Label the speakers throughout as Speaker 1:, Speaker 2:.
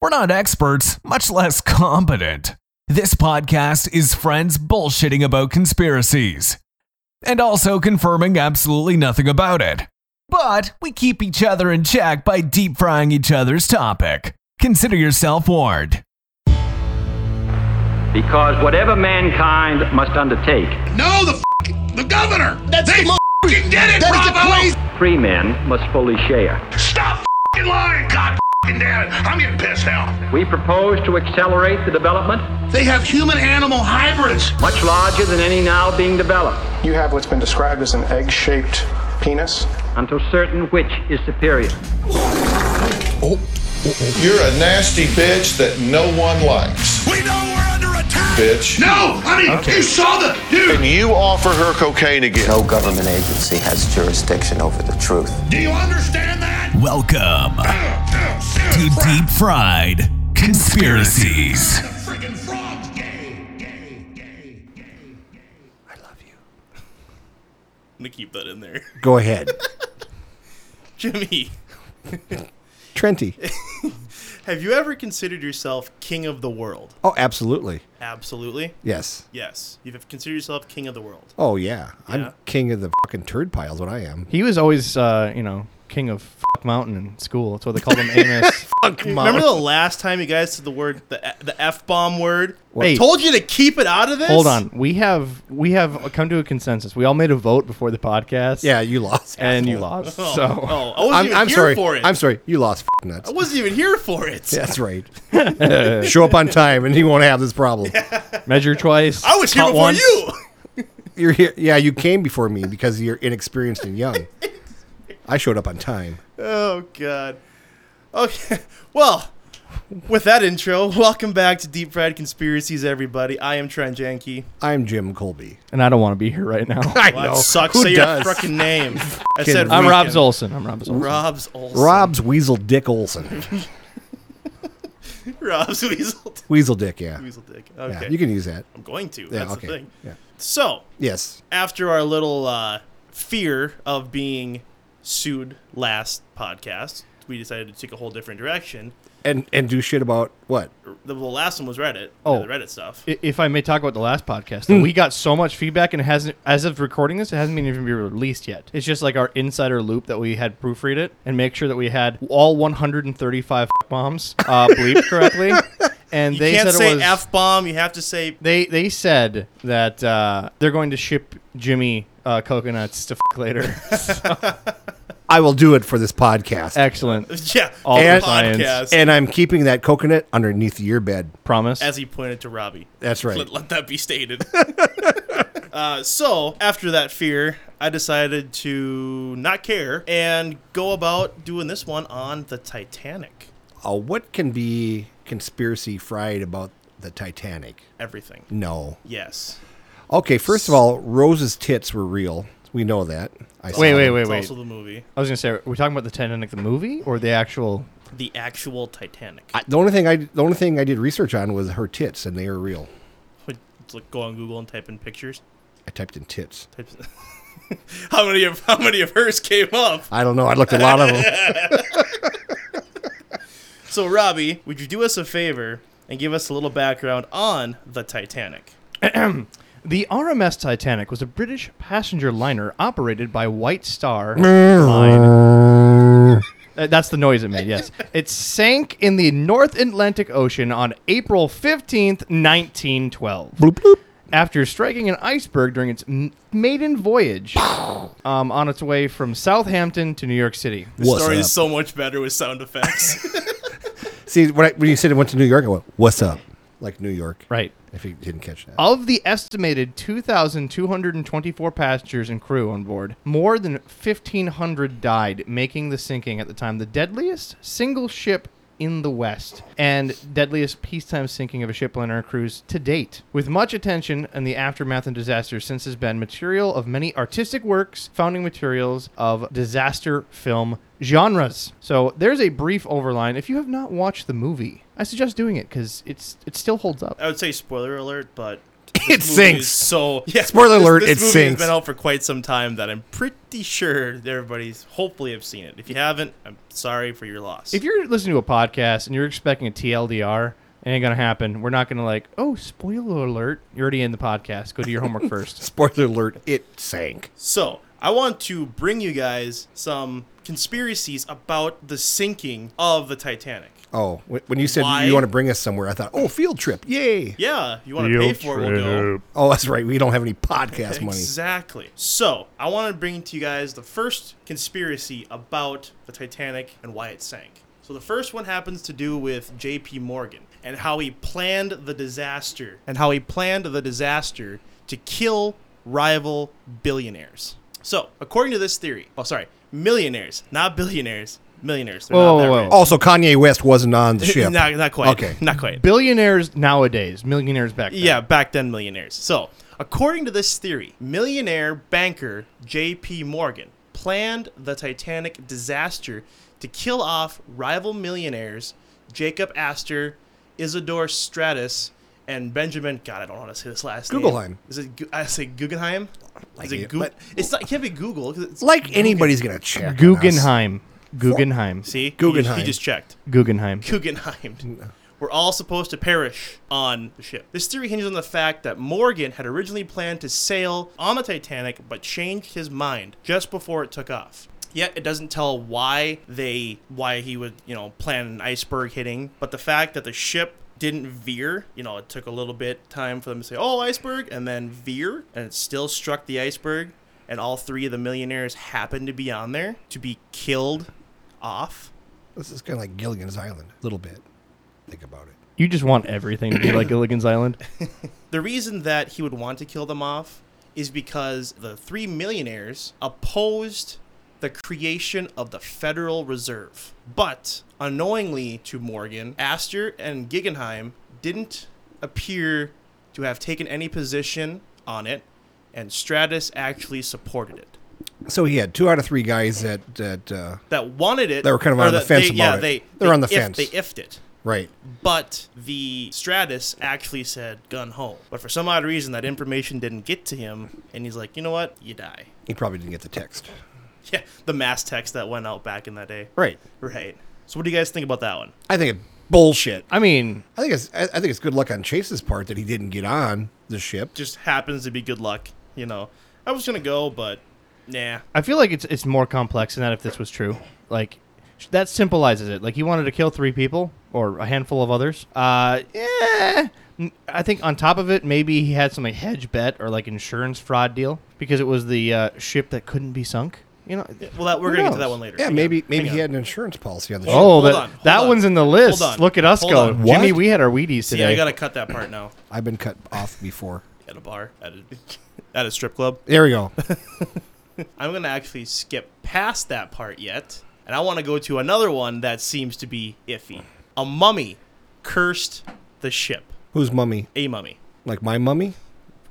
Speaker 1: We're not experts, much less competent. This podcast is friends bullshitting about conspiracies and also confirming absolutely nothing about it. But we keep each other in check by deep frying each other's topic. Consider yourself warned.
Speaker 2: Because whatever mankind must undertake,
Speaker 3: No, the f- the governor.
Speaker 4: That's
Speaker 3: they
Speaker 4: the mo-
Speaker 3: f***ing did it,
Speaker 4: That is the
Speaker 3: Bravo.
Speaker 4: crazy-
Speaker 2: free men must fully share.
Speaker 3: Stop f***ing lying. God f***ing damn it. I'm getting pissed now.
Speaker 2: We propose to accelerate the development
Speaker 3: They have human-animal hybrids.
Speaker 2: much larger than any now being developed
Speaker 5: You have what's been described as an egg shaped penis.
Speaker 2: until certain which is superior.
Speaker 6: You're a nasty bitch that no one likes,
Speaker 3: We know we're under attack.
Speaker 6: bitch.
Speaker 3: No, I mean you saw the dude.
Speaker 6: And you offer her cocaine again.
Speaker 7: No government agency has jurisdiction over the truth.
Speaker 3: Do you understand that?
Speaker 1: Welcome to
Speaker 3: Too
Speaker 1: Deep Fried Conspiracies.
Speaker 3: Freaking frogs. Gay, gay, gay, gay.
Speaker 8: I'm gonna keep that in there.
Speaker 9: Go ahead.
Speaker 8: Jimmy,
Speaker 9: Trenty.
Speaker 8: have you ever considered yourself king of the world?
Speaker 9: Oh, absolutely.
Speaker 8: Absolutely.
Speaker 9: Yes.
Speaker 8: Yes. You've considered yourself king of the world.
Speaker 9: Oh, yeah.
Speaker 8: Yeah.
Speaker 9: I'm king of the fucking turd piles, what I am.
Speaker 10: He was always, uh, you know, king of fuck mountain in school. That's what they called him, Amos.
Speaker 8: Remember the last time you guys said the word the the f bomb word? I
Speaker 10: Hey.
Speaker 8: told you to keep it out of this.
Speaker 10: Hold on, we have we have come to a consensus. We all made a vote before the podcast.
Speaker 9: Yeah, you lost.
Speaker 10: and you
Speaker 9: asshole.
Speaker 10: lost.
Speaker 8: Oh,
Speaker 10: so
Speaker 8: oh, I wasn't
Speaker 9: I'm,
Speaker 8: even
Speaker 9: I'm
Speaker 8: here
Speaker 9: sorry.
Speaker 8: for it.
Speaker 9: I'm sorry. You lost f- nuts.
Speaker 8: I wasn't even here for it.
Speaker 9: Yeah, That's right. Show up on time and you won't have this problem.
Speaker 10: measure twice.
Speaker 8: I was here
Speaker 10: count
Speaker 8: before
Speaker 10: once.
Speaker 8: you.
Speaker 9: You're here. Yeah, you came before me because you're inexperienced and young. I showed up on time.
Speaker 8: Oh God. Okay. Well, with that intro, welcome back to Deep Fried Conspiracies, everybody. I am Trent Janke.
Speaker 9: I'm Jim Colby.
Speaker 10: And I don't want to be here right now.
Speaker 9: I
Speaker 8: Well, that sucks. Say your freaking name. I said
Speaker 10: I'm Rob
Speaker 8: Weekend.
Speaker 10: Zolson. I'm Rob Zolson.
Speaker 8: Rob's Olson.
Speaker 9: Rob's Weasel Dick Olson.
Speaker 8: Rob's Weasel.
Speaker 9: Weasel Dick, yeah.
Speaker 8: Weasel Dick.
Speaker 9: yeah.
Speaker 8: Okay.
Speaker 9: You can use that.
Speaker 8: I'm going to.
Speaker 9: Yeah,
Speaker 8: That's
Speaker 9: okay.
Speaker 8: the thing.
Speaker 9: Yeah.
Speaker 8: So,
Speaker 9: Yes.
Speaker 8: after our little uh, fear of being sued last podcast, we decided to take a whole different direction.
Speaker 9: And and do shit about what?
Speaker 8: The, the last one was Reddit.
Speaker 10: Oh.
Speaker 8: the Reddit stuff.
Speaker 10: I- If I may talk about the last podcast,
Speaker 9: Hmm.
Speaker 10: we got so much feedback, and it hasn't, as of recording this, it hasn't been even been released yet. It's just like our insider loop that we had proofread it and make sure that we had all 135 bombs uh, bleeped correctly. And
Speaker 8: you
Speaker 10: they
Speaker 8: can't
Speaker 10: said it
Speaker 8: say
Speaker 10: was
Speaker 8: f bomb. You have to say
Speaker 10: they they said that uh, they're going to ship Jimmy uh, coconuts to f- later.
Speaker 9: I will do it for this podcast.
Speaker 10: Excellent.
Speaker 8: yeah.
Speaker 10: All
Speaker 8: the
Speaker 9: And-
Speaker 8: podcast.
Speaker 9: And I'm keeping that coconut underneath your bed.
Speaker 10: Promise.
Speaker 8: as he pointed to Robbie.
Speaker 9: That's right.
Speaker 8: Let, let that be stated. uh, so after that fear, I decided to not care and go about doing this one on the Titanic.
Speaker 9: Uh, what can be conspiracy fried about the Titanic?
Speaker 8: Everything.
Speaker 9: No.
Speaker 8: Yes.
Speaker 9: Okay, first of all, Rose's tits were real. We know that. I saw
Speaker 10: wait, wait,
Speaker 9: them.
Speaker 10: wait,
Speaker 8: Um, It's
Speaker 10: wait.
Speaker 8: also the movie,
Speaker 10: I was gonna say, are we talking about the Titanic the movie or the actual?
Speaker 8: the actual Titanic.
Speaker 9: I, the only thing I the only thing I did research on was her tits, and they were real.
Speaker 8: Would- Look, go on Google and type in pictures.
Speaker 9: I typed in tits.
Speaker 8: Type- how many of how many of hers came up?
Speaker 9: I don't know. I looked at a lot of them.
Speaker 8: So Robbie, would you do us a favor and give us a little background on the Titanic?
Speaker 10: The RMS Titanic was a British passenger liner operated by White Star Line. Uh, That's the noise it made. Yes, it sank in the North Atlantic Ocean on April fifteenth, nineteen twelve. After striking an iceberg during its m- maiden voyage um, on its way from Southampton to New York City.
Speaker 8: The
Speaker 9: What's
Speaker 8: story
Speaker 9: up?
Speaker 8: is so much better with sound effects.
Speaker 9: See, when, I, when you said it went to New York, I went, "What's up?" Like New York,
Speaker 10: Right.
Speaker 9: If you didn't catch that,
Speaker 10: Of the estimated 2,224 passengers and crew on board, more than 1,500 died, making the sinking at the time the deadliest single ship in the West and deadliest peacetime sinking of a ship liner cruise to date. With much attention and the aftermath and disaster since has been material of many artistic works, founding materials of disaster film genres. So there's a brief overline. If you have not watched the movie, I suggest doing it because it's it still holds up.
Speaker 8: I would say spoiler alert, but out. This
Speaker 9: It
Speaker 8: movie
Speaker 9: sinks.
Speaker 8: is So yeah,
Speaker 9: Spoiler
Speaker 8: this-
Speaker 9: alert,
Speaker 8: This
Speaker 9: it
Speaker 8: movie
Speaker 9: sinks.
Speaker 8: Has been out for quite some time. That I'm pretty sure that everybody's hopefully have seen it. If you haven't, I'm sorry for your loss.
Speaker 10: If you're listening to a podcast and you're expecting a TLDR, it ain't gonna happen. We're not gonna like, oh, spoiler alert. You're already in the podcast. Go do your homework first.
Speaker 9: Spoiler alert, it sank.
Speaker 8: So, I want to bring you guys some conspiracies about the sinking of the Titanic.
Speaker 9: Oh, wh- when you said
Speaker 8: Why?
Speaker 9: you want to bring us somewhere, I thought, oh, field trip, yay!
Speaker 8: Yeah, you want to pay for it, we'll go.
Speaker 9: Oh, that's right, we don't have any podcast money.
Speaker 8: Exactly. So, I want to bring to you guys the first conspiracy about the Titanic and why it sank. So, the first one happens to do with JP Morgan and how he planned the disaster and how he planned the disaster to kill rival billionaires. So, according to this theory, oh, sorry, millionaires, not billionaires, millionaires. They're not
Speaker 10: Whoa,
Speaker 8: that
Speaker 10: whoa,
Speaker 8: rich.
Speaker 10: whoa.
Speaker 9: Also, Kanye West wasn't on the ship.
Speaker 8: Not, not quite.
Speaker 9: Okay.
Speaker 8: Not quite.
Speaker 10: Billionaires nowadays, millionaires back then.
Speaker 8: Yeah, back then millionaires. So, according to this theory, millionaire banker J.P. Morgan planned the Titanic disaster to kill off rival millionaires Jacob Astor, Isidore Stratus, and Benjamin. God, I don't know how to say this last
Speaker 9: Guggenheim.
Speaker 8: name. Is it? Gu- I say Guggenheim. Is
Speaker 9: Like
Speaker 8: it
Speaker 9: it,
Speaker 8: Gu-
Speaker 9: but-
Speaker 8: It's not. It can't be Google. 'cause it's
Speaker 9: Like anybody's gonna check. on us.
Speaker 10: Guggenheim. Guggenheim.
Speaker 8: See, He-
Speaker 9: Guggenheim.
Speaker 8: he just checked.
Speaker 10: Guggenheim.
Speaker 8: Guggenheim. We're all supposed to perish on the ship. This theory hinges on the fact that Morgan had originally planned to sail on the Titanic but changed his mind just before it took off. Yet it doesn't tell why they why he would, you know, plan an iceberg hitting, but the fact that the ship didn't veer, you know, it took a little bit time for them to say, "Oh, iceberg," and then veer, and it still struck the iceberg, and all three of the millionaires happened to be on there to be killed off.
Speaker 9: This is kind of like Gilligan's Island, a little bit. Think about it.
Speaker 10: You just want everything to be like Gilligan's Island.
Speaker 8: The reason that he would want to kill them off is because the three millionaires opposed the creation of the Federal Reserve. But unknowingly to Morgan, Astor and Guggenheim didn't appear to have taken any position on it, and Stratus actually supported it.
Speaker 9: So he had two out of three guys that that uh,
Speaker 8: That wanted it.
Speaker 9: They were kind of
Speaker 8: or
Speaker 9: on the
Speaker 8: that
Speaker 9: fence
Speaker 8: they, yeah,
Speaker 9: about it.
Speaker 8: They,
Speaker 9: They're
Speaker 8: they
Speaker 9: on the
Speaker 8: if-
Speaker 9: fence.
Speaker 8: They ifed it.
Speaker 9: right.
Speaker 8: But the Stratus actually said gun home. But for some odd reason, that information didn't get to him, and he's like, you know what? You die.
Speaker 9: He probably didn't get the text.
Speaker 8: Yeah, the mass text that went out back in that day.
Speaker 9: Right.
Speaker 8: Right. So, what do you guys think about that one?
Speaker 9: I think it's bullshit.
Speaker 10: I mean,
Speaker 9: I think it's I, I think it's good luck on Chase's part that he didn't get on the ship.
Speaker 8: Just happens to be good luck, you know. I was gonna go, but nah.
Speaker 10: I feel like it's it's more complex than that if this was true. Like that symbolizes it. Like he wanted to kill three people or a handful of others. Uh, yeah. I think on top of it, maybe he had some like, hedge bet or like insurance fraud deal because it was the uh, ship that couldn't be sunk. You know.
Speaker 8: Well, that, we're
Speaker 10: Who
Speaker 8: gonna get
Speaker 10: knows?
Speaker 8: to that one later.
Speaker 9: Yeah,
Speaker 8: Hang
Speaker 9: maybe
Speaker 8: on.
Speaker 9: maybe
Speaker 8: Hang
Speaker 9: he
Speaker 8: on.
Speaker 9: had an insurance policy on the ship.
Speaker 10: Oh,
Speaker 8: Hold
Speaker 10: that,
Speaker 8: on, hold
Speaker 10: that
Speaker 8: on.
Speaker 10: one's in the list.
Speaker 8: Hold on.
Speaker 10: Look at us
Speaker 8: Hold
Speaker 10: go.
Speaker 8: on.
Speaker 10: Jimmy,
Speaker 9: What?
Speaker 10: we had our Wheaties
Speaker 8: See,
Speaker 10: today.
Speaker 8: I gotta cut that part now.
Speaker 9: I've been cut off before.
Speaker 8: At a bar, at a, at a strip club.
Speaker 9: There we go.
Speaker 8: I'm gonna actually skip past that part yet, and I want to go to another one that seems to be iffy. A mummy cursed the ship.
Speaker 9: Who's mummy?
Speaker 8: A mummy
Speaker 9: Like my mummy?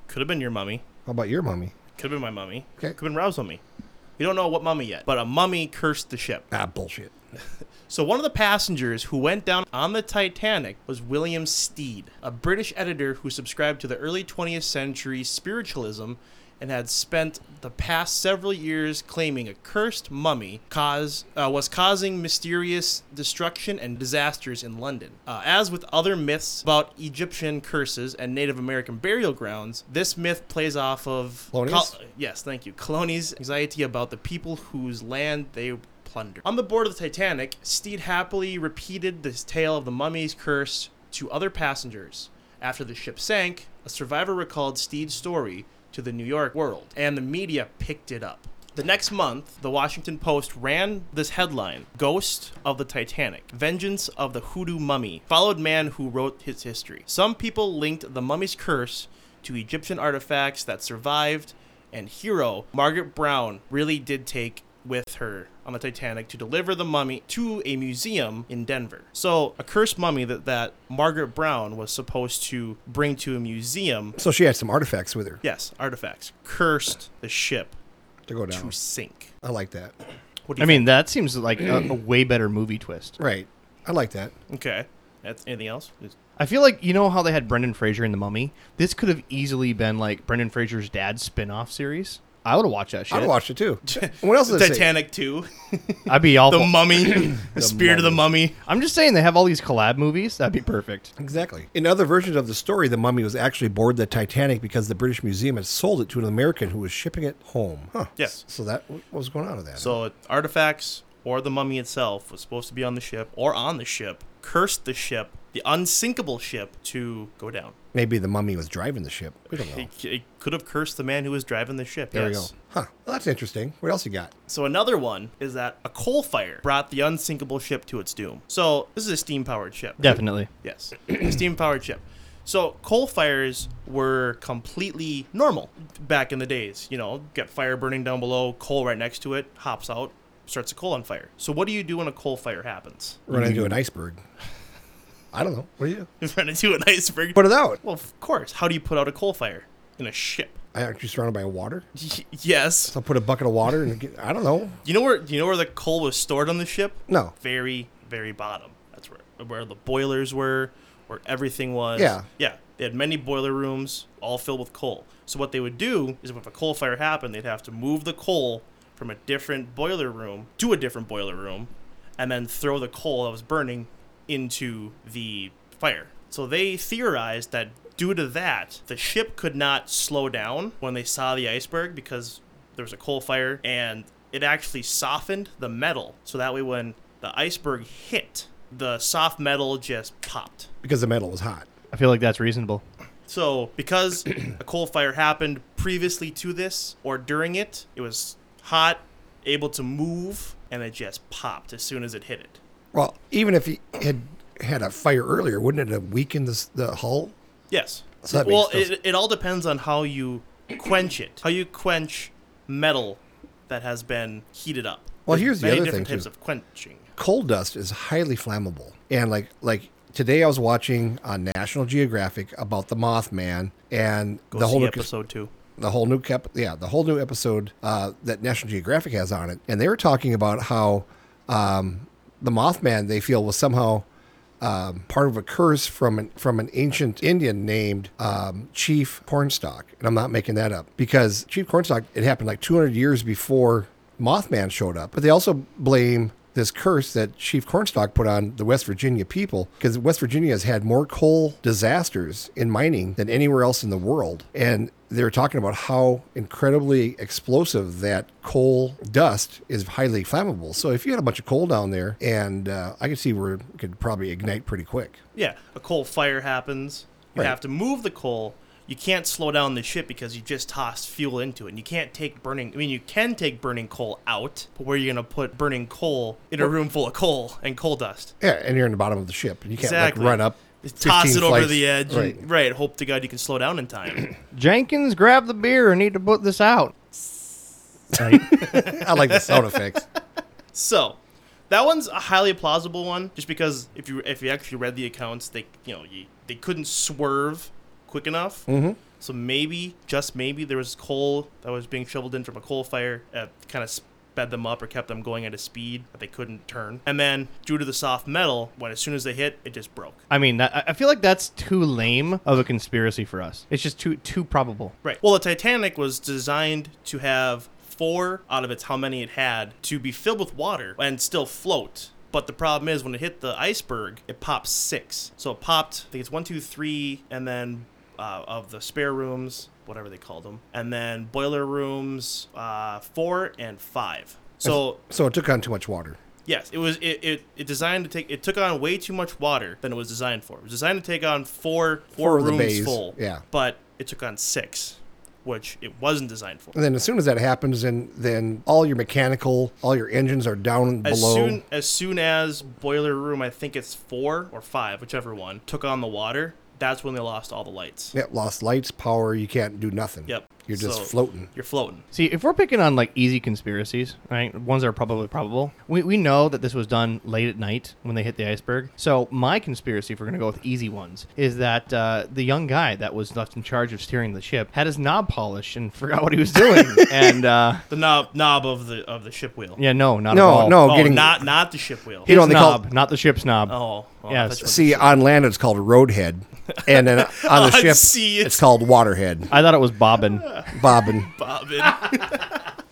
Speaker 8: could have been your mummy.
Speaker 9: How about your mummy?
Speaker 8: Could have been my mummy.
Speaker 9: Okay.
Speaker 8: Could have been Rob's mummy. We don't know what mummy yet, but a mummy cursed the ship.
Speaker 9: Ah, bullshit.
Speaker 8: So one of the passengers who went down on the Titanic was William Steed, a British editor who subscribed to the early 20th century spiritualism and had spent the past several years claiming a cursed mummy cause, uh, was causing mysterious destruction and disasters in London. Uh, as with other myths about Egyptian curses and Native American burial grounds, this myth plays off of
Speaker 9: Colonies?
Speaker 8: Yes, thank you. Colonies' anxiety about the people whose land they plunder. On the board of the Titanic, Steed happily repeated this tale of the mummy's curse to other passengers. After the ship sank, a survivor recalled Steed's story to the New York World, and the media picked it up. The next month, the Washington Post ran this headline Ghost of the Titanic, Vengeance of the Hoodoo Mummy, followed man who wrote his history. Some people linked the mummy's curse to Egyptian artifacts that survived, and hero Margaret Brown really did take with her on the Titanic to deliver the mummy to a museum in Denver. So, Oh, a cursed mummy that, that Margaret Brown was supposed to bring to a museum.
Speaker 9: So she had some artifacts with her
Speaker 8: Yes, artifacts. Cursed the ship
Speaker 9: to go
Speaker 8: to
Speaker 9: down.
Speaker 8: sink.
Speaker 9: I like that.
Speaker 8: What do you
Speaker 10: I mean, that seems like a, a way better movie twist.
Speaker 9: Right. I like that.
Speaker 8: think? okay. That's, anything else? Is-
Speaker 10: I feel like you know how they had Brendan Fraser in The Mummy. This could have easily been like Brendan Fraser's dad's spin-off series. I would have watched that shit.
Speaker 9: I'd watch it too. What else is
Speaker 8: Titanic 2,
Speaker 10: I'd be all
Speaker 8: The Mummy, The, Spirit of the Mummy.
Speaker 10: I'm just saying they have all these collab movies. That'd be perfect.
Speaker 9: Exactly. In other versions of the story, the mummy was actually aboard the Titanic because the British Museum had sold it to an American who was shipping it home. Huh.
Speaker 8: Yes.
Speaker 9: So that what was going on with that?
Speaker 8: So artifacts or the mummy itself was supposed to be on the ship or on the ship, cursed the ship, the unsinkable ship to go down.
Speaker 9: maybe the mummy was driving the ship. We don't know.
Speaker 8: It, it could have cursed the man who was driving the ship.
Speaker 9: There
Speaker 8: yes.
Speaker 9: we go. Huh. Well, that's interesting. What else you got?
Speaker 8: So another one is that a coal fire brought the unsinkable ship to its doom. So this is a steam-powered ship. right?
Speaker 10: Definitely.
Speaker 8: Yes, steam-powered ship. So coal fires were completely normal back in the days. You know, get fire burning down below, coal right next to it, hops out, starts a coal on fire. So what do you do when a coal fire happens?
Speaker 9: Run into an iceberg. I don't know. What do you do?
Speaker 8: You run into an iceberg.
Speaker 9: Put it out.
Speaker 8: well, of course. How do you put out a coal fire in a ship?
Speaker 9: I actually surrounded by water.
Speaker 8: Y- yes.
Speaker 9: So I put a bucket of water and get, I don't know.
Speaker 8: You know where? You know where the coal was stored on the ship?
Speaker 9: No.
Speaker 8: very, very bottom. That's where where the boilers were, where everything was.
Speaker 9: Yeah.
Speaker 8: Yeah. They had many boiler rooms, all filled with coal. So what they would do is if a coal fire happened, they'd have to move the coal from a different boiler room to a different boiler room and then throw the coal that was burning into the fire. So they theorized that due to that, the ship could not slow down when they saw the iceberg because there was a coal fire and it actually softened the metal. So that way, when the iceberg hit, the soft metal just popped.
Speaker 9: Because the metal was hot.
Speaker 10: I feel like that's reasonable.
Speaker 8: So because a coal fire happened previously to this or during it, it was hot, able to move, and it just popped as soon as it hit it.
Speaker 9: Well, even if he had had a fire earlier, wouldn't it have weakened this, the hull?
Speaker 8: Yes.
Speaker 9: So that
Speaker 8: well,
Speaker 9: makes no-
Speaker 8: it, it all depends on how you quench it. How you quench metal that has been heated up.
Speaker 9: Well,
Speaker 8: There's
Speaker 9: here's the
Speaker 8: many
Speaker 9: other
Speaker 8: different
Speaker 9: thing,
Speaker 8: types
Speaker 9: too.
Speaker 8: of quenching.
Speaker 9: coal dust is highly flammable and like like today i was watching on national geographic about the mothman and
Speaker 8: Go
Speaker 9: the
Speaker 8: see
Speaker 9: whole new-
Speaker 8: episode two.
Speaker 9: the whole new cap yeah the whole new episode uh, that national geographic has on it and they were talking about how um, the mothman they feel was somehow um, part of a curse from an from an ancient Indian named um, Chief Cornstalk, and I'm not making that up because Chief Cornstalk it happened like 200 years before Mothman showed up. But they also blame this curse that Chief Cornstalk put on the West Virginia people because West Virginia has had more coal disasters in mining than anywhere else in the world, and they were talking about how incredibly explosive that coal dust is highly flammable. So if you had a bunch of coal down there, and uh, I could see where it could probably ignite pretty quick.
Speaker 8: Yeah, a coal fire happens. You
Speaker 9: Right.
Speaker 8: have to move the coal. You can't slow down the ship because you just tossed fuel into it. And you can't take burning. I mean, you can take burning coal out, but where are you going to put burning coal in a room full of coal and coal dust?
Speaker 9: Yeah, and you're in the bottom of the ship, and you can't
Speaker 8: Exactly.
Speaker 9: like run up,
Speaker 8: Just toss
Speaker 9: 15
Speaker 8: it over
Speaker 9: flights.
Speaker 8: the edge.
Speaker 9: Right.
Speaker 8: And, right. Hope to God you can slow down in time.
Speaker 10: Jenkins, grab the beer. I need to put this out.
Speaker 9: I like the sound effects.
Speaker 8: So, that one's a highly plausible one, just because if you if you actually read the accounts, they you know you, they couldn't swerve quick enough. Mm-hmm. So maybe, just maybe, there was coal that was being shoveled in from a coal fire, uh, kind of sped them up or kept them going at a speed that they couldn't turn. And then, due to the soft metal, when as soon as they hit, it just broke.
Speaker 10: I mean, that, I- I feel like that's too lame of a conspiracy for us. It's just too too probable.
Speaker 8: Right. Well, the Titanic was designed to have four out of its how many it had to be filled with water and still float. But the problem is when it hit the iceberg, it popped six. So it popped, I think it's one, two, three, and then uh, of the spare rooms, whatever they called them, and then boiler rooms, uh, four and five. So
Speaker 9: So it took on too much water.
Speaker 8: Yes, it was. It, it, it designed to take. It took on way too much water than it was designed for. It was designed to take on four
Speaker 9: Four
Speaker 8: four
Speaker 9: of the
Speaker 8: rooms
Speaker 9: bays,
Speaker 8: full.
Speaker 9: yeah.
Speaker 8: but it took on six, which it wasn't designed for.
Speaker 9: And then as soon as that happens, then then all your mechanical, all your engines are down
Speaker 8: As
Speaker 9: below.
Speaker 8: soon as soon as boiler room, I think it's four or five, whichever one, took on the water. That's when they lost all the lights.
Speaker 9: yeah, lost lights, power. You can't do nothing.
Speaker 8: Yep.
Speaker 9: You're just
Speaker 8: So,
Speaker 9: floating.
Speaker 8: You're floating.
Speaker 10: See, if we're picking on like easy conspiracies, right? Ones that are probably probable, we, we know that this was done late at night when they hit the iceberg. So my conspiracy, if we're gonna go with easy ones, is that uh, the young guy that was left in charge of steering the ship had his knob polished and forgot what he was doing. and uh,
Speaker 8: The knob knob of the of the ship wheel.
Speaker 10: yeah, no, not at
Speaker 9: No,
Speaker 10: all.
Speaker 9: no,
Speaker 8: Oh,
Speaker 9: getting
Speaker 8: not not the ship wheel.
Speaker 10: His
Speaker 9: You know, they call-
Speaker 10: knob, not the ship's knob.
Speaker 8: oh, oh, I
Speaker 10: Yes.
Speaker 8: thought you meant
Speaker 9: See, on land it's called a roadhead, and then on the
Speaker 8: On
Speaker 9: ship
Speaker 8: sea,
Speaker 9: it's,
Speaker 8: it's-
Speaker 9: called waterhead,
Speaker 10: I thought it was bobbin.
Speaker 9: bobbin,
Speaker 8: bobbin.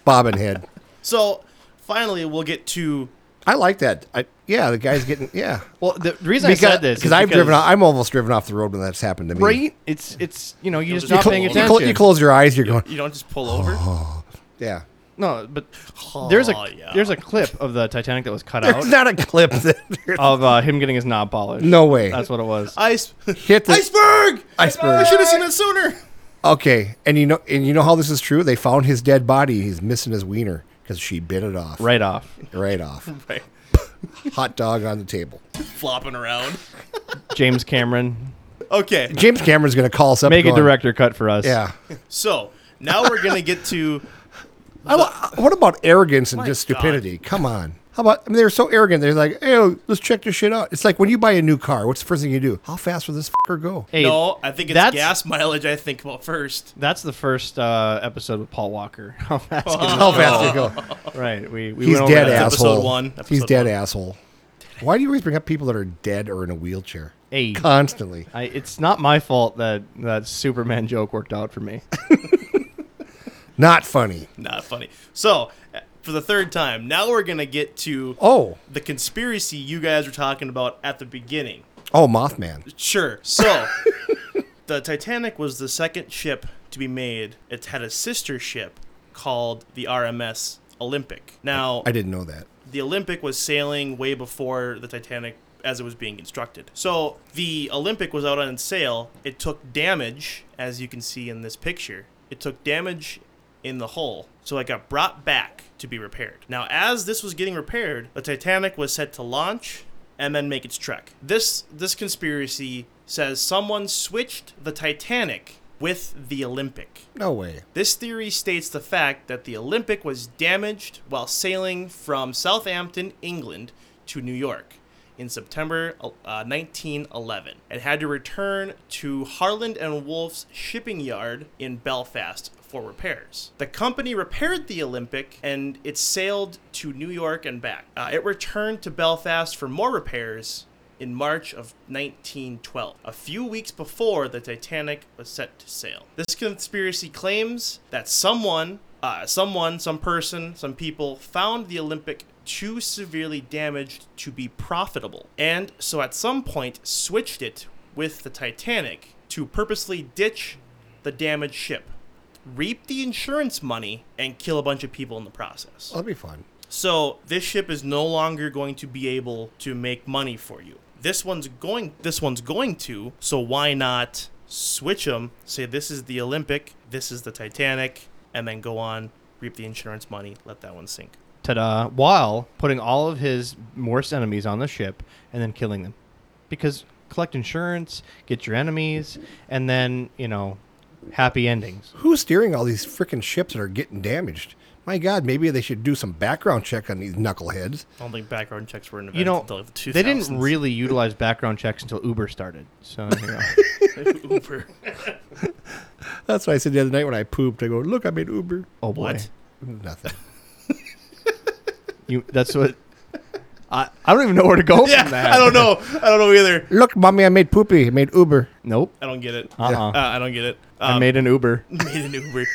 Speaker 9: bobbin head.
Speaker 8: so finally, we'll get to
Speaker 9: I like that. I, yeah, the guy's getting yeah.
Speaker 10: Well, the reason I said this is
Speaker 9: because I've driven.
Speaker 10: because-
Speaker 9: Off, I'm almost driven off the road when that's happened to me.
Speaker 10: Right? It's it's you know you're just
Speaker 8: just
Speaker 10: not
Speaker 8: pull-
Speaker 10: paying
Speaker 8: you
Speaker 9: You,
Speaker 10: attention.
Speaker 9: clo- you close your eyes, you're going
Speaker 8: you don't just pull over.
Speaker 9: yeah.
Speaker 10: no, but there's
Speaker 8: Oh,
Speaker 10: a
Speaker 8: yeah.
Speaker 10: there's a clip of the Titanic that was cut out.
Speaker 9: There's not a clip. That,
Speaker 10: of uh, him getting his knob polished.
Speaker 9: No way.
Speaker 10: That's what it was.
Speaker 8: Ice
Speaker 9: hit the
Speaker 8: iceberg.
Speaker 9: Iceberg.
Speaker 8: I should have seen it sooner.
Speaker 9: Okay, and you know, and you know how this is true. They found his dead body. He's missing his wiener because she bit it off.
Speaker 10: right off.
Speaker 9: right off.
Speaker 8: Right.
Speaker 9: Hot dog on the table.
Speaker 8: Flopping around.
Speaker 10: James Cameron,
Speaker 8: Okay,
Speaker 9: James Cameron's gonna call us up.
Speaker 10: make a
Speaker 9: going,
Speaker 10: director cut for us.
Speaker 9: Yeah.
Speaker 8: so now we're gonna get to
Speaker 9: I wa- what about arrogance and
Speaker 8: My
Speaker 9: just
Speaker 8: God.
Speaker 9: stupidity? Come on. How about? I mean, they're so arrogant. They're like, "Hey, let's check this shit out." It's like when you buy a new car. What's the first thing you do? How fast will this fucker go?
Speaker 10: Hey,
Speaker 8: no. I think it's
Speaker 10: that's-
Speaker 8: gas mileage. I think about first.
Speaker 10: That's the first uh, episode with Paul Walker. How fast can-
Speaker 9: How fast will it go?
Speaker 10: right. We, we
Speaker 9: He's
Speaker 10: went over
Speaker 9: dead
Speaker 10: that.
Speaker 8: That's Oh. episode
Speaker 9: asshole.
Speaker 8: one,
Speaker 9: He's
Speaker 8: episode
Speaker 9: dead
Speaker 8: one.
Speaker 9: asshole. Why do you always bring up people that are dead or in a wheelchair
Speaker 10: Hey,
Speaker 9: constantly?
Speaker 10: I, it's not my fault that that Superman joke worked out for me.
Speaker 9: Not funny.
Speaker 8: Not funny. So uh, for the third time, now we're gonna get to
Speaker 9: Oh,
Speaker 8: the conspiracy you guys were talking about at the beginning.
Speaker 9: oh, Mothman.
Speaker 8: Sure. So, the Titanic was the second ship to be made. It had a sister ship called the RMS Olympic. Now,
Speaker 9: I didn't know that.
Speaker 8: the Olympic was sailing way before the Titanic as it was being constructed. So, the Olympic was out on sale. It took damage, as you can see in this picture. It took damage in the hull. So, it got brought back to be repaired. Now, as this was getting repaired, the Titanic was set to launch and then make its trek. This this conspiracy says someone switched the Titanic with the Olympic.
Speaker 9: No way.
Speaker 8: This theory states the fact that the Olympic was damaged while sailing from Southampton, England, to New York in September uh, 1911 and had to return to Harland and Wolff's shipping yard in Belfast for repairs. The company repaired the Olympic and it sailed to New York and back. Uh, it returned to Belfast for more repairs in March of 1912, a few weeks before the Titanic was set to sail. This conspiracy claims that someone, uh, someone, some person, some people found the Olympic too severely damaged to be profitable, and so at some point switched it with the Titanic to purposely ditch the damaged ship, reap the insurance money, and kill a bunch of people in the process.
Speaker 9: That'll be fun.
Speaker 8: So this ship is no longer going to be able to make money for you. This one's going. This one's going to. So why not switch them? Say this is the Olympic, this is the Titanic, and then go on reap the insurance money. Let that one sink.
Speaker 10: Ta-da! While putting all of his worst enemies on the ship and then killing them, because collect insurance, get your enemies, and then you know, happy endings.
Speaker 9: Who's steering all these freaking ships that are getting damaged? My God, maybe they should do some background check on these knuckleheads.
Speaker 8: I don't think background checks were invented
Speaker 10: you know,
Speaker 8: until the 2000s.
Speaker 10: they didn't really utilize background checks until Uber started. So you know.
Speaker 8: Uber.
Speaker 9: That's what I said the other night when I pooped. I go, look, I made Uber.
Speaker 10: oh boy,
Speaker 8: What?
Speaker 9: Nothing.
Speaker 10: you that's what I I don't even know where to go
Speaker 8: Yeah,
Speaker 10: from that.
Speaker 8: I don't know. I don't know either.
Speaker 9: look, mommy, I made poopy. I made Uber.
Speaker 10: Nope,
Speaker 8: I don't get it.
Speaker 10: uh-uh.
Speaker 8: Uh, I don't get it.
Speaker 10: I
Speaker 8: Um,
Speaker 10: made an Uber.
Speaker 8: made an Uber.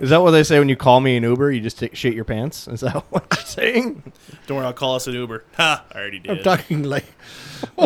Speaker 10: Is that what they say when you call me an Uber? You just take, shit your pants? Is that what you're saying?
Speaker 8: Don't worry, I'll call us an Uber. Ha! I already
Speaker 9: I'm
Speaker 8: did.
Speaker 9: talking like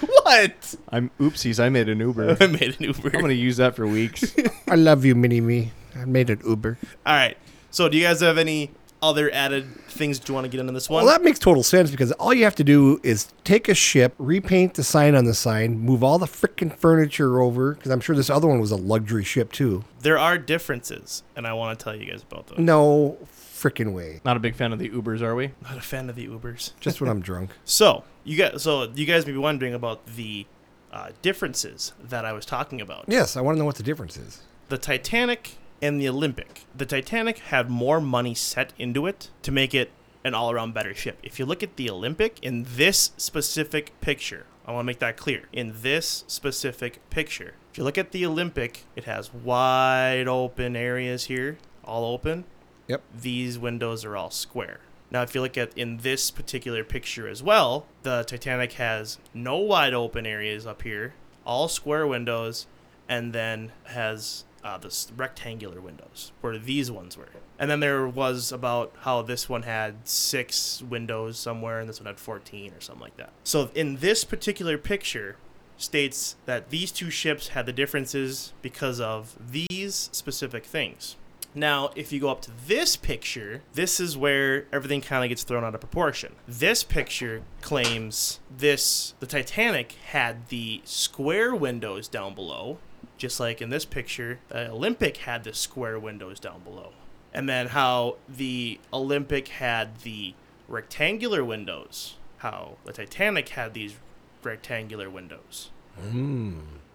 Speaker 8: what?
Speaker 10: Oh. I'm oopsies. I made an Uber.
Speaker 8: I
Speaker 10: I'm
Speaker 8: made an Uber.
Speaker 10: gonna use that for weeks.
Speaker 9: I love you, mini me. I made an Uber.
Speaker 8: All right. So, do you guys have any other added things? Do you want to get into this one?
Speaker 9: Well, that makes total sense because all you have to do is take a ship, repaint the sign on the sign, move all the freaking furniture over because I'm sure this other one was a luxury ship too.
Speaker 8: there are differences, and I want to tell you guys about those.
Speaker 9: No freaking way.
Speaker 10: Not a big fan of the Ubers, are we?
Speaker 8: Not a fan of the Ubers.
Speaker 9: Just when I'm drunk.
Speaker 8: So you guys, so you guys may be wondering about the uh, differences that I was talking about.
Speaker 9: Yes, I want to know what the difference is.
Speaker 8: the Titanic and the Olympic. The Titanic had more money set into it to make it an all around better ship. If you look at the Olympic in this specific picture, I want to make that clear. In this specific picture, if you look at the Olympic, it has wide open areas here, all open.
Speaker 9: Yep.
Speaker 8: These windows are all square. Now, if you look at in this particular picture as well, the Titanic has no wide open areas up here, all square windows, and then has uh, this rectangular windows where these ones were. And then there was about how this one had six windows somewhere, and this one had 14 or something like that. So in this particular picture, states that these two ships had the differences because of these specific things. Now, if you go up to this picture, this is where everything kind of gets thrown out of proportion. This picture claims this the Titanic had the square windows down below, just like in this picture, the Olympic had the square windows down below. And then how the Olympic had the rectangular windows, how the Titanic had these rectangular windows.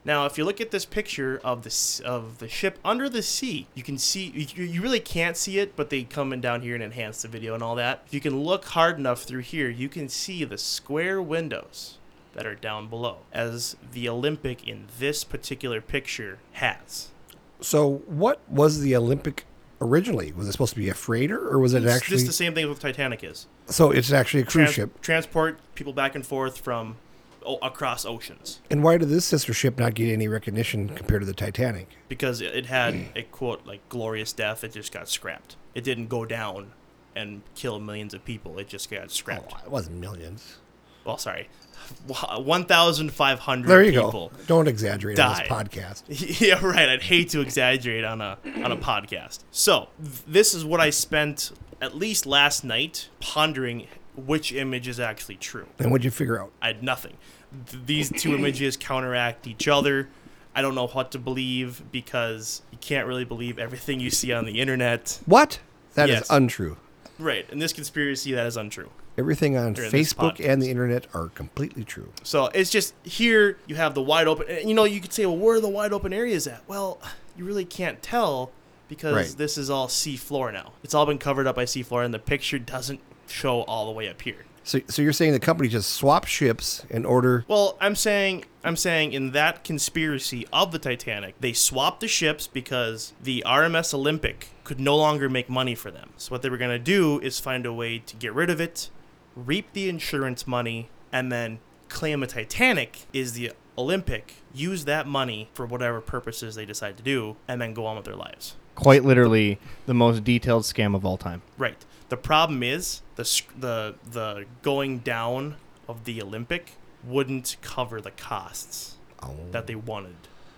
Speaker 8: Now, if you look at this picture of the s- of the ship under the sea, you can see you, you really can't see it, but they come in down here and enhance the video and all that. If you can look hard enough through here, you can see the square windows that are down below, as the Olympic in this particular picture has.
Speaker 9: So, what was the Olympic originally? Was it supposed to be a freighter, or was it
Speaker 8: It's
Speaker 9: actually?
Speaker 8: just the same thing with Titanic is
Speaker 9: so it's actually a cruise
Speaker 8: Trans-
Speaker 9: ship.
Speaker 8: transport people back and forth from o- across oceans.
Speaker 9: And why did this sister ship not get any recognition compared to the Titanic?
Speaker 8: because it, it had a quote like glorious death it just got scrapped it didn't go down and kill millions of people it just got scrapped
Speaker 9: it wasn't millions.
Speaker 8: well sorry Wa- 1500
Speaker 9: There you
Speaker 8: people
Speaker 9: go. Don't exaggerate on
Speaker 8: died.
Speaker 9: this podcast.
Speaker 8: yeah right i'd hate to exaggerate on a on a podcast so th- this is what i spent at least last night pondering which image is actually true
Speaker 9: And what'd you figure out?
Speaker 8: I had nothing. Th- These two images counteract each other. I don't know what to believe because you can't really believe everything you see on the internet.
Speaker 9: What? That is
Speaker 8: Yes.
Speaker 9: untrue.
Speaker 8: Right. In this conspiracy, that is untrue.
Speaker 9: Everything on
Speaker 8: During this
Speaker 9: Facebook
Speaker 8: podcast.
Speaker 9: and the internet are completely true.
Speaker 8: So it's just here you have the wide open. and, You know, you could say, well, where are the wide open areas at? Well, you really can't tell because
Speaker 9: Right.
Speaker 8: this is all seafloor now. It's all been covered up by seafloor, and the picture doesn't show all the way up here.
Speaker 9: So, so you're saying the company just swapped ships in order?
Speaker 8: Well, I'm saying I'm saying in that conspiracy of the Titanic, they swapped the ships because the RMS Olympic could no longer make money for them. So what they were going to do is find a way to get rid of it, reap the insurance money, and then claim a Titanic is the Olympic, use that money for whatever purposes they decide to do, and then go on with their lives.
Speaker 10: Quite literally, the most detailed scam of all time.
Speaker 8: Right. The problem is the sc- the the going down of the Olympic wouldn't cover the costs that they wanted.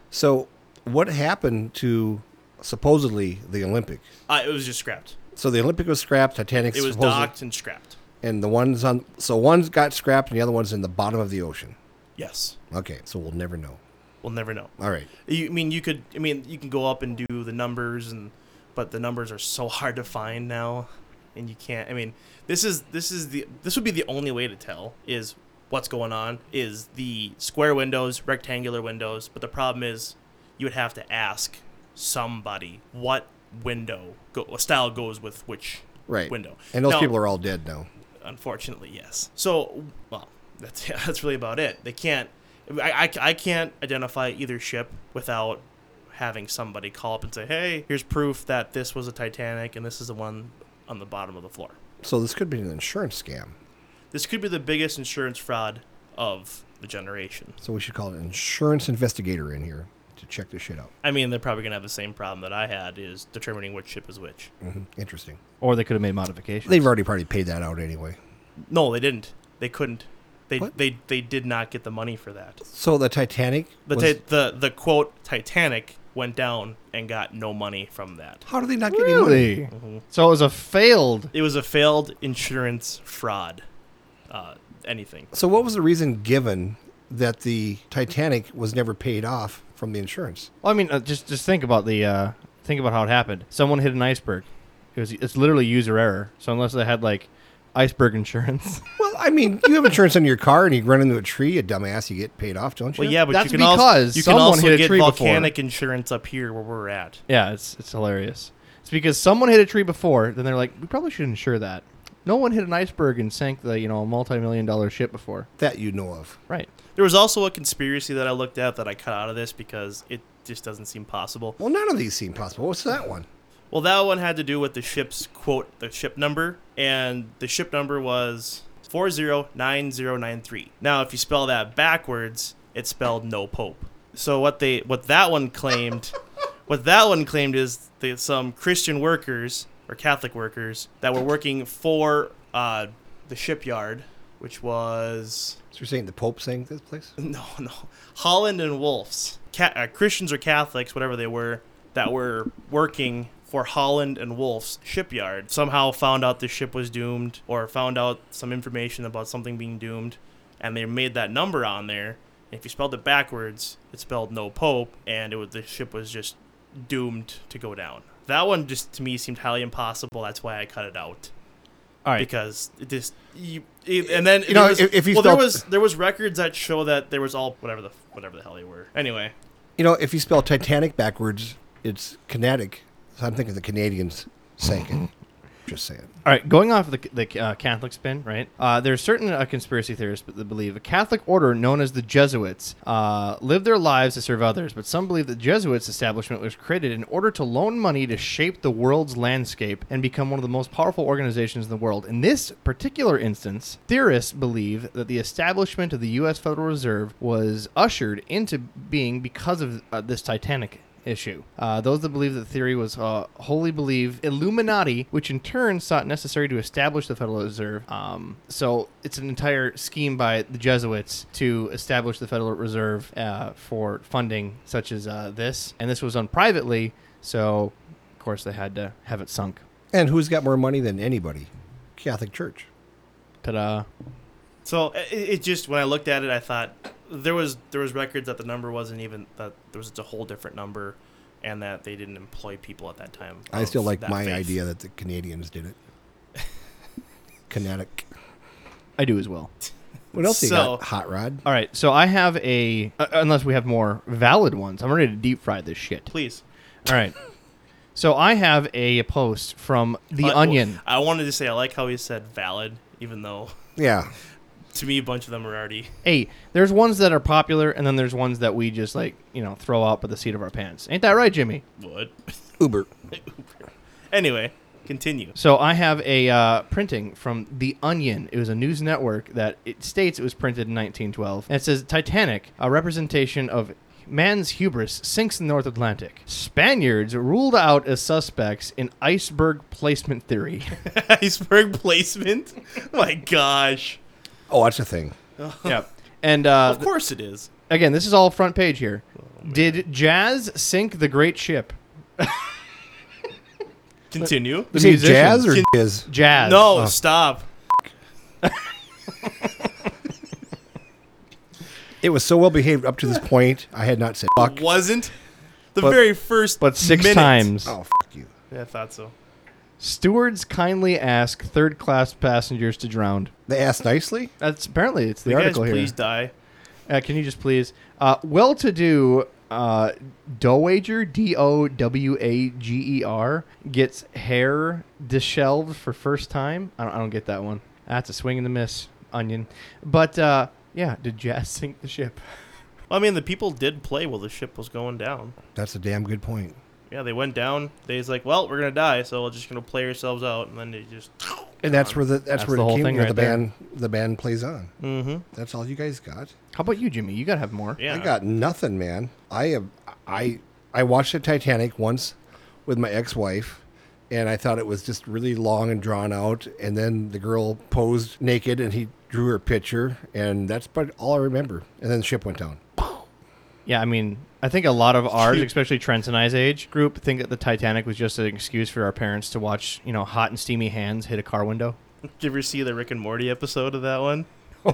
Speaker 9: So what happened to supposedly the Olympic?
Speaker 8: Uh, it was just scrapped.
Speaker 9: So the Olympic was scrapped. Titanic
Speaker 8: It was
Speaker 9: supposedly-
Speaker 8: docked and scrapped.
Speaker 9: and the ones on so one's got scrapped and the other one's in the bottom of the ocean.
Speaker 8: Yes.
Speaker 9: Okay, so we'll never know.
Speaker 8: We'll never know.
Speaker 9: All right.
Speaker 8: You I mean you could I mean you can go up and do the numbers and but the numbers are so hard to find now and you can't I mean this is this is the this would be the only way to tell is what's going on is the square windows, rectangular windows, but the problem is you would have to ask somebody what window go, what style goes with which
Speaker 9: Right.
Speaker 8: window.
Speaker 9: And those
Speaker 8: Now-
Speaker 9: people are all dead now.
Speaker 8: unfortunately, yes. So, well, that's that's really about it. They can't. I, I, I can't identify either ship without having somebody call up and say, "Hey, here's proof that this was a Titanic and this is the one on the bottom of the floor."
Speaker 9: So this could be an insurance scam.
Speaker 8: This could be the biggest insurance fraud of the generation.
Speaker 9: So we should call an insurance investigator in here to check this shit out.
Speaker 8: I mean, they're probably gonna have the same problem that I had is determining which ship is which.
Speaker 9: Mm. Interesting.
Speaker 10: Or they could have made modifications.
Speaker 9: They've already probably paid that out anyway.
Speaker 8: No, they didn't. They couldn't. They
Speaker 9: What?
Speaker 8: they they did not get the money for that.
Speaker 9: So the Titanic.
Speaker 8: The,
Speaker 9: was-
Speaker 8: ti- the the quote Titanic went down and got no money from that.
Speaker 9: how did they not get any money? Mm-hmm.
Speaker 10: really. So it was a failed.
Speaker 8: It was a failed insurance fraud. Uh, anything.
Speaker 9: So what was the reason given that the Titanic was never paid off from the insurance?
Speaker 10: Well, I mean, uh, just just think about the uh, think about how it happened. Someone hit an iceberg. It was it's literally user error. So unless they had like iceberg insurance,
Speaker 9: Well, I mean, you have insurance on your car and you run into a tree, you dumbass, you get paid off, don't you?
Speaker 8: Well, yeah, but
Speaker 10: That's
Speaker 8: you can
Speaker 10: because
Speaker 8: also you can
Speaker 10: someone
Speaker 8: also
Speaker 10: hit a
Speaker 8: get
Speaker 10: tree before.
Speaker 8: volcanic insurance up here where we're at.
Speaker 10: Yeah, it's it's hilarious. It's because someone hit a tree before, then they're like, we probably should insure that. No one hit an iceberg and sank the you know multi million dollar ship before.
Speaker 9: That you know of.
Speaker 10: Right.
Speaker 8: There was also a conspiracy that I looked at that I cut out of this because it just doesn't seem possible.
Speaker 9: Well, none of these seem possible. What's that one?
Speaker 8: Well, that one had to do with the ship's quote, the ship number, and the ship number was 409093. Now, if you spell that backwards, it's spelled no pope. So what they what that one claimed, what that one claimed is that some Christian workers or Catholic workers that were working for uh, the shipyard, which was
Speaker 9: So you're saying the Pope sang this place?
Speaker 8: no, no. Holland and Wolves. Ca- uh, Christians or Catholics, whatever they were, that were working for Holland and Wolf's shipyard somehow found out the ship was doomed or found out some information about something being doomed and they made that number on there. And if you spelled it backwards, it spelled no pope and it was the ship was just doomed to go down. That one just to me seemed highly impossible. That's why I cut it out
Speaker 10: All right.
Speaker 8: because it just you, it- and then
Speaker 9: You know,
Speaker 8: there was-
Speaker 9: if- if you
Speaker 8: well, there
Speaker 9: spelled-
Speaker 8: was there was records that show that there was all whatever the whatever the hell they were. Anyway,
Speaker 9: You know, if you spell Titanic backwards, it's kinetic. So I'm thinking the Canadians sank
Speaker 8: Mm-hmm.
Speaker 9: it. Just saying.
Speaker 10: All right, going off the, the uh, Catholic spin, right? Uh, there are certain uh, conspiracy theorists that believe a Catholic order known as the Jesuits uh, live their lives to serve others, but some believe the Jesuits establishment was created in order to loan money to shape the world's landscape and become one of the most powerful organizations in the world. In this particular instance, theorists believe that the establishment of the U.S. Federal Reserve was ushered into being because of uh, this Titanic issue. Uh, those that believe that the theory was uh, wholly believe Illuminati, which in turn sought necessary to establish the Federal Reserve. Um, so it's an entire scheme by the Jesuits to establish the Federal Reserve uh, for funding such as uh, this. And this was done privately, so of course they had to have it sunk.
Speaker 9: And who's got more money than anybody? Catholic Church.
Speaker 10: Ta-da!
Speaker 8: so it, it just when I looked at it, I thought there was there was records that the number wasn't even that there was a whole different number, and that they didn't employ people at that time.
Speaker 9: I
Speaker 8: of
Speaker 9: still like
Speaker 8: that
Speaker 9: my
Speaker 8: faith.
Speaker 9: idea that the Canadians did it. kinetic.
Speaker 10: I do as well.
Speaker 9: What else you
Speaker 8: So-
Speaker 9: got? Hot Rod.
Speaker 10: All right, so I have a uh, unless we have more valid ones. I'm ready to deep fry this shit.
Speaker 8: Please,
Speaker 10: All right. So I have a post from The
Speaker 8: Uh,
Speaker 10: Onion.
Speaker 8: I wanted to say I like how he said valid, even though
Speaker 9: Yeah.
Speaker 8: to me a bunch of them are already.
Speaker 10: Hey, there's ones that are popular, and then there's ones that we just like, you know, throw out by the seat of our pants. Ain't that right, Jimmy?
Speaker 8: What?
Speaker 9: Uber.
Speaker 8: Anyway, continue.
Speaker 10: So I have a uh, printing from The Onion. It was a news network that it states it was printed in 1912, and it says Titanic, a representation of man's hubris, sinks in North Atlantic. Spaniards ruled out as suspects in iceberg placement theory.
Speaker 8: Iceberg placement. My gosh.
Speaker 9: Oh, that's a thing.
Speaker 10: yeah. And uh,
Speaker 8: Of course it is.
Speaker 10: again, this is all front page here. Did Jazz sink the great ship?
Speaker 8: Continue.
Speaker 10: The
Speaker 9: You say jazz or
Speaker 10: musicians-
Speaker 9: jizz? Oh,
Speaker 10: Jazz. Oh.
Speaker 8: No, stop.
Speaker 9: It was so well behaved up to this point. I had not said fuck.
Speaker 8: Wasn't the very first,
Speaker 10: But six
Speaker 8: minute.
Speaker 10: times.
Speaker 9: Oh, fuck you.
Speaker 8: Yeah, I thought so.
Speaker 10: Stewards kindly ask third class passengers to drown.
Speaker 9: They asked nicely.
Speaker 10: That's apparently it's the
Speaker 8: You guys,
Speaker 10: article here.
Speaker 8: please die.
Speaker 10: Uh, can you just please? Uh, well to do uh, Dowager, D O W A G E R, gets hair disheveled for first time. I don't, I don't get that one. That's a swing and a miss, onion. But uh, yeah, did Jazz sink the ship?
Speaker 8: Well, I mean, the people did play while the ship was going down.
Speaker 9: That's a damn good point.
Speaker 8: Yeah, they went down. They's like, well, we're gonna die, so we're just gonna play ourselves out, and then they just.
Speaker 9: And that's where the that's,
Speaker 10: That's
Speaker 9: where
Speaker 10: the
Speaker 9: it
Speaker 10: whole
Speaker 9: came
Speaker 10: thing
Speaker 9: where
Speaker 10: right
Speaker 9: the
Speaker 10: there. Hmm.
Speaker 9: band the band plays on. Mm-hmm. That's all you guys got.
Speaker 10: How about you, Jimmy? You gotta have more.
Speaker 8: Yeah.
Speaker 9: I got nothing, man. I have I I watched the Titanic once with my ex-wife and I thought it was just really long and drawn out and then the girl posed naked and he drew her picture and that's about all I remember. And then the ship went down.
Speaker 10: Yeah, I mean, I think a lot of ours, especially Trent's and I's age group, think that the Titanic was just an excuse for our parents to watch, you know, hot and steamy hands hit a car window.
Speaker 8: Did you ever see the Rick and Morty episode of that one?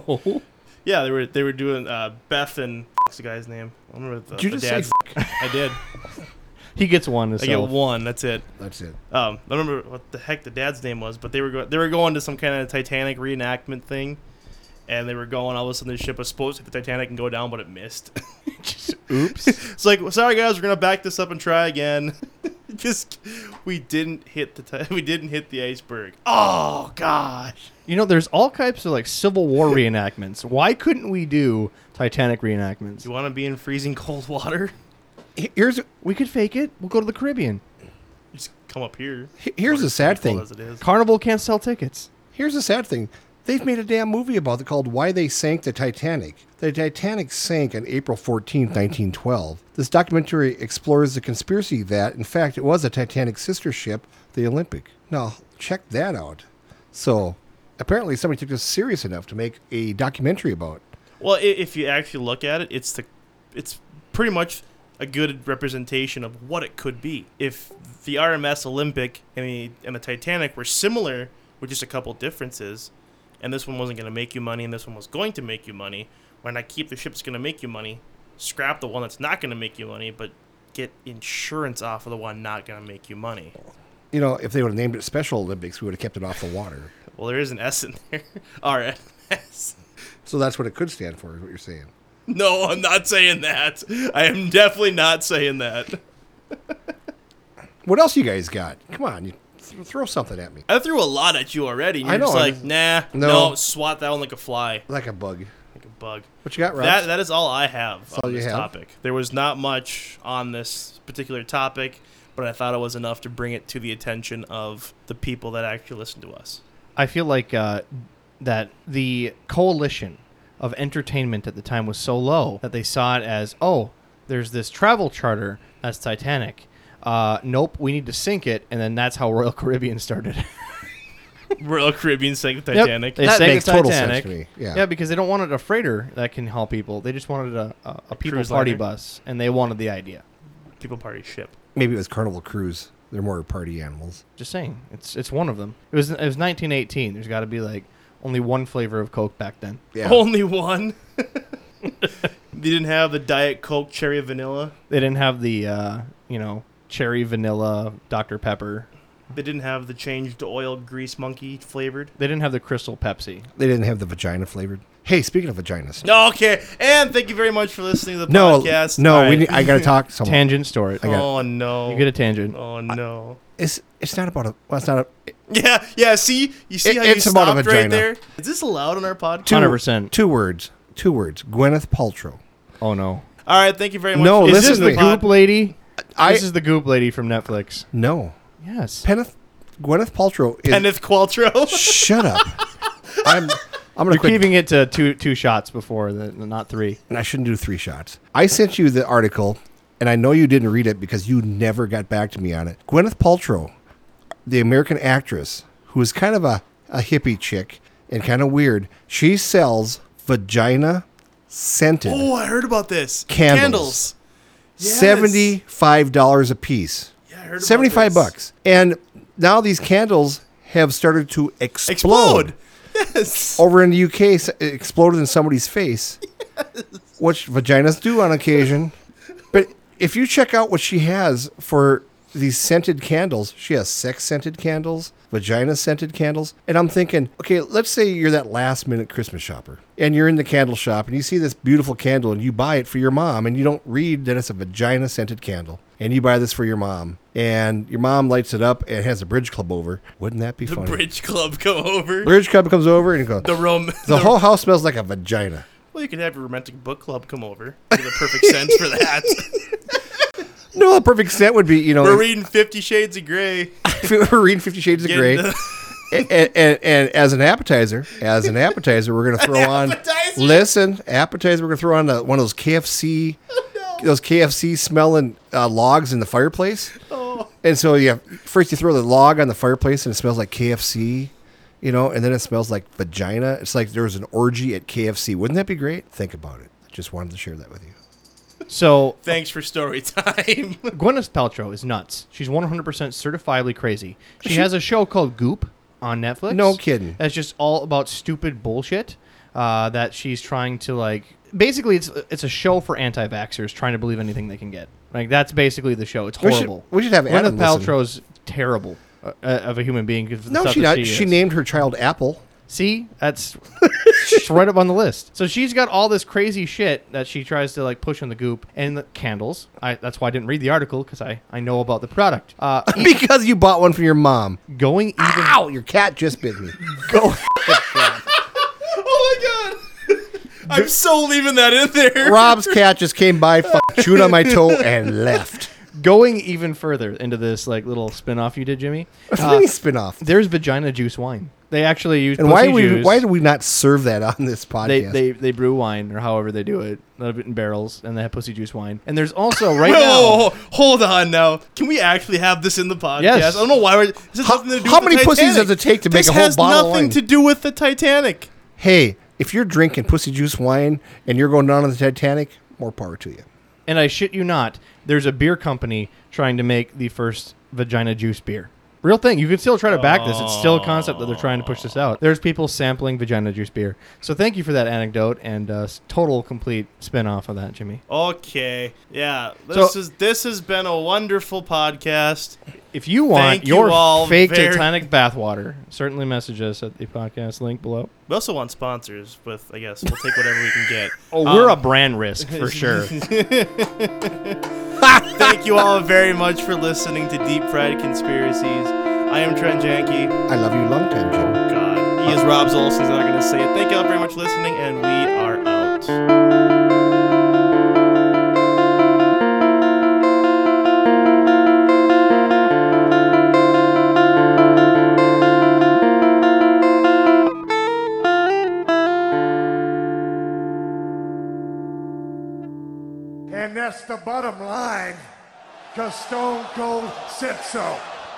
Speaker 8: Oh. Yeah, they were they were doing uh, Beth and what's the guy's name? I don't remember the,
Speaker 9: Did you
Speaker 8: the
Speaker 9: just say
Speaker 8: dad's- I did.
Speaker 10: He gets one.
Speaker 8: I
Speaker 10: Himself.
Speaker 8: get one. That's it.
Speaker 9: That's it.
Speaker 8: Um, I don't remember what the heck the dad's name was, but they were go- they were going to some kind of Titanic reenactment thing, and they were going. All of a sudden, the ship was supposed to hit the Titanic and go down, but it missed. Just- Oops. it's like, well, sorry guys, we're gonna back this up and try again. Just we didn't hit the ti- we didn't hit the iceberg. Oh gosh.
Speaker 10: You know, there's all types of like Civil War reenactments. Why couldn't we do Titanic reenactments?
Speaker 8: You want to be in freezing cold water?
Speaker 9: Here's
Speaker 10: We could fake it. We'll go to the Caribbean.
Speaker 8: Just come up here.
Speaker 9: here's the sad
Speaker 8: Cold
Speaker 9: thing.
Speaker 8: as it is.
Speaker 10: Carnival can't sell tickets.
Speaker 9: Here's the sad thing. They've made a damn movie about it called Why They Sank the Titanic. The Titanic sank on April 14, 1912. This documentary explores the conspiracy that, in fact, it was a Titanic sister ship, the Olympic. Now, check that out. So, apparently somebody took this serious enough to make a documentary about it.
Speaker 8: Well, i- if you actually look at it, it's the, it's pretty much a good representation of what it could be. If the RMS Olympic and the and the Titanic were similar with just a couple differences, and this one wasn't going to make you money, and this one was going to make you money, why not keep the ship that's going to make you money, scrap the one that's not going to make you money, but get insurance off of the one not going to make you money.
Speaker 9: You know, if they would have named it Special Olympics, we would have kept it off the water.
Speaker 8: Well, there is an S in there. RMS.
Speaker 9: So that's what it could stand for, is what you're saying.
Speaker 8: No, I'm not saying that. I am definitely not saying that.
Speaker 9: What else you guys got? Come on, you th- throw something at me.
Speaker 8: I threw a lot at you already. and
Speaker 9: I
Speaker 8: You're just
Speaker 9: know,
Speaker 8: like,
Speaker 9: I'm-
Speaker 8: nah,
Speaker 9: No.
Speaker 8: no. swat that one like a fly,
Speaker 9: Like a bug.
Speaker 8: like a bug.
Speaker 9: What you got, Rob?
Speaker 8: That that is all I have on
Speaker 9: all you
Speaker 8: this
Speaker 9: have?
Speaker 8: topic. There was not much on this particular topic, but I thought it was enough to bring it to the attention of the people that actually listen to us.
Speaker 10: I feel like uh, that the coalition of entertainment at the time was so low that they saw it as, oh, there's this travel charter that's Titanic. Uh, nope, we need to sink it, and then that's how Royal Caribbean started.
Speaker 8: Royal Caribbean sank the
Speaker 10: Yep.
Speaker 8: Titanic.
Speaker 10: They
Speaker 9: That
Speaker 10: sank
Speaker 9: makes
Speaker 10: the
Speaker 9: total sense
Speaker 10: Titanic.
Speaker 9: to me, yeah.
Speaker 10: because they don't wanted a freighter that can help people. They just wanted a, a, a people
Speaker 8: cruise
Speaker 10: party
Speaker 8: liner?
Speaker 10: bus, and they wanted the idea.
Speaker 8: People party ship.
Speaker 9: Maybe it was Carnival Cruise. They're more party animals.
Speaker 10: Just saying, it's it's one of them. It was it was 1918. There's got to be like only one flavor of Coke back then.
Speaker 9: Yeah.
Speaker 8: Only one. they didn't have the Diet Coke cherry vanilla.
Speaker 10: They didn't have the uh, you know cherry vanilla Dr Pepper.
Speaker 8: They didn't have the changed oil grease monkey flavored.
Speaker 10: They didn't have the Crystal Pepsi.
Speaker 9: They didn't have the vagina flavored. Hey, speaking of vaginas.
Speaker 8: Okay, and thank you very much for listening to the
Speaker 9: No,
Speaker 8: podcast.
Speaker 9: no,
Speaker 8: All
Speaker 9: we
Speaker 8: right.
Speaker 9: need, I gotta talk. to Someone.
Speaker 10: Tangent story.
Speaker 9: I got-
Speaker 8: Oh no!
Speaker 10: You get a tangent.
Speaker 8: Oh no!
Speaker 9: It's it's not about a. Well, it's not a.
Speaker 8: yeah, yeah. See, you see
Speaker 9: It-
Speaker 8: how
Speaker 9: it's
Speaker 8: you
Speaker 9: about a
Speaker 8: stopped
Speaker 9: vagina.
Speaker 8: right there. Is this allowed on our podcast?
Speaker 9: two-
Speaker 10: 100%.
Speaker 9: Two words. Two words. Gwyneth Paltrow.
Speaker 10: Oh no.
Speaker 8: All right, thank you very much.
Speaker 9: No,
Speaker 8: for
Speaker 9: This
Speaker 10: this is
Speaker 9: is
Speaker 10: the
Speaker 9: me.
Speaker 10: Goop Lady.
Speaker 9: I-
Speaker 10: this is the Goop Lady from Netflix.
Speaker 9: No.
Speaker 10: Yes.
Speaker 9: Penneth. Gwyneth Paltrow is.
Speaker 8: Kenneth Qualtrough.
Speaker 9: Shut up. I'm. I'm gonna
Speaker 10: You're
Speaker 9: quit.
Speaker 10: keeping it to two two shots before the not three.
Speaker 9: and I shouldn't do three shots. I sent you the article, and I know you didn't read it because you never got back to me on it. Gwyneth Paltrow, the American actress who is kind of a, a hippie chick and kind of weird, she sells vagina scented
Speaker 8: oh, I heard about this.
Speaker 9: Candles.
Speaker 8: Candles. Yes.
Speaker 9: seventy-five dollars a piece.
Speaker 8: I heard about
Speaker 9: Seventy-five
Speaker 8: this.
Speaker 9: bucks, and now these candles have started to
Speaker 8: Explode.
Speaker 9: explode.
Speaker 8: Yes.
Speaker 9: over in the UK s- it exploded in somebody's face, which vaginas do on occasion. But if you check out what she has for these scented candles, she has sex scented candles, vagina scented candles, and I'm thinking, okay, let's say you're that last minute Christmas shopper and you're in the candle shop and you see this beautiful candle and you buy it for your mom and you don't read that it's a vagina scented candle. And you buy this for your mom, and your mom lights it up and has a bridge club over. Wouldn't that be
Speaker 8: The
Speaker 9: funny?
Speaker 8: Bridge Club come over.
Speaker 9: Bridge club comes over and goes.
Speaker 8: the Rome.
Speaker 9: The whole house smells like a vagina.
Speaker 8: well, you could have your romantic book club come over. Be the perfect sense for that.
Speaker 9: No, the perfect scent would be, you know,
Speaker 8: We're
Speaker 9: if,
Speaker 8: reading Fifty Shades of Grey.
Speaker 9: if you were reading Fifty Shades of Grey.
Speaker 8: Getting
Speaker 9: and, and, and as an appetizer, as an appetizer, we're gonna throw on.
Speaker 8: appetizer?
Speaker 9: Listen, appetizer, we're gonna throw on the, one of those KFC, those KFC smelling uh, logs in the fireplace. And so you have, first you throw the log on the fireplace and it smells like KFC, you know, and then it smells like vagina. It's like there was an orgy at KFC. Wouldn't that be great? Think about it. Just wanted to share that with you.
Speaker 10: So
Speaker 8: Thanks for story time.
Speaker 10: Gwyneth Paltrow is nuts. She's 100% certifiably crazy. She, has a show called Goop on Netflix.
Speaker 9: No kidding.
Speaker 10: That's just all about stupid bullshit uh, that she's trying to like. Basically, it's it's a show for anti-vaxxers trying to believe anything they can get. Like that's basically the show. It's
Speaker 9: We should-
Speaker 10: horrible.
Speaker 9: we should have Adam
Speaker 10: Gwyneth
Speaker 9: listen.
Speaker 10: Paltrow's terrible uh, uh, of a human being. 'cause of the
Speaker 9: No,
Speaker 10: stuff
Speaker 9: she
Speaker 10: that
Speaker 9: not.
Speaker 10: She,
Speaker 9: she
Speaker 10: is.
Speaker 9: named her child Apple.
Speaker 10: See, that's
Speaker 8: it's right up on the list. So she's got all this crazy shit that she tries to like push on the goop and the candles. I that's why I didn't read the article because I I know about the product. Uh,
Speaker 9: because you bought one for your mom.
Speaker 8: going even
Speaker 9: Ow! Your cat just bit me.
Speaker 8: go
Speaker 11: Oh my god! I'm so leaving that in there.
Speaker 9: Rob's cat just came by, f- chewed on my toe, and left.
Speaker 8: going even further into this like little spin off you did, Jimmy.
Speaker 9: Mini spinoff.
Speaker 8: There's vagina juice wine. They actually use
Speaker 9: And why
Speaker 8: pussy
Speaker 9: we
Speaker 8: juice.
Speaker 9: why do we not serve that on this podcast?
Speaker 8: they, they they brew wine or however they do it, out of it in barrels, and they have pussy juice wine. And there's also right now.
Speaker 11: Whoa, hold on now. Can we actually have this in the podcast?
Speaker 8: Yes.
Speaker 11: I don't know why we're. This has
Speaker 9: How-
Speaker 11: nothing to do
Speaker 9: how
Speaker 11: with the
Speaker 9: many pussies
Speaker 11: Titanic.
Speaker 9: does it take to make
Speaker 11: This
Speaker 9: a whole
Speaker 11: has
Speaker 9: bottle of
Speaker 11: nothing
Speaker 9: wine?
Speaker 11: to do with the Titanic.
Speaker 9: hey, if you're drinking pussy juice wine and you're going down on the Titanic, more power to you.
Speaker 8: And I shit you not, there's a beer company trying to make the first vagina juice beer. Real thing. You can still try to back this. It's still a concept that they're trying to push this out. There's people sampling vagina juice beer. So thank you for that anecdote and uh, s- total complete spin off of that, Jimmy.
Speaker 11: Okay. Yeah. This
Speaker 8: So-
Speaker 11: is this has been a wonderful podcast.
Speaker 8: If you want
Speaker 11: Thank you
Speaker 8: your
Speaker 11: all
Speaker 8: fake
Speaker 11: very-
Speaker 8: Titanic bathwater, certainly message us at the podcast link below.
Speaker 11: We also want sponsors with I guess we'll take whatever we can get. Um,
Speaker 8: Oh, we're a brand risk for sure.
Speaker 11: Thank you all very much for listening to Deep Fried Conspiracies. I am Trent Janke.
Speaker 9: I love you long time, Jim.
Speaker 11: God. He is Rob Zolson's not gonna say it. Thank you all very much for listening and we are out.
Speaker 10: And that's the bottom line, because Stone Cold said so.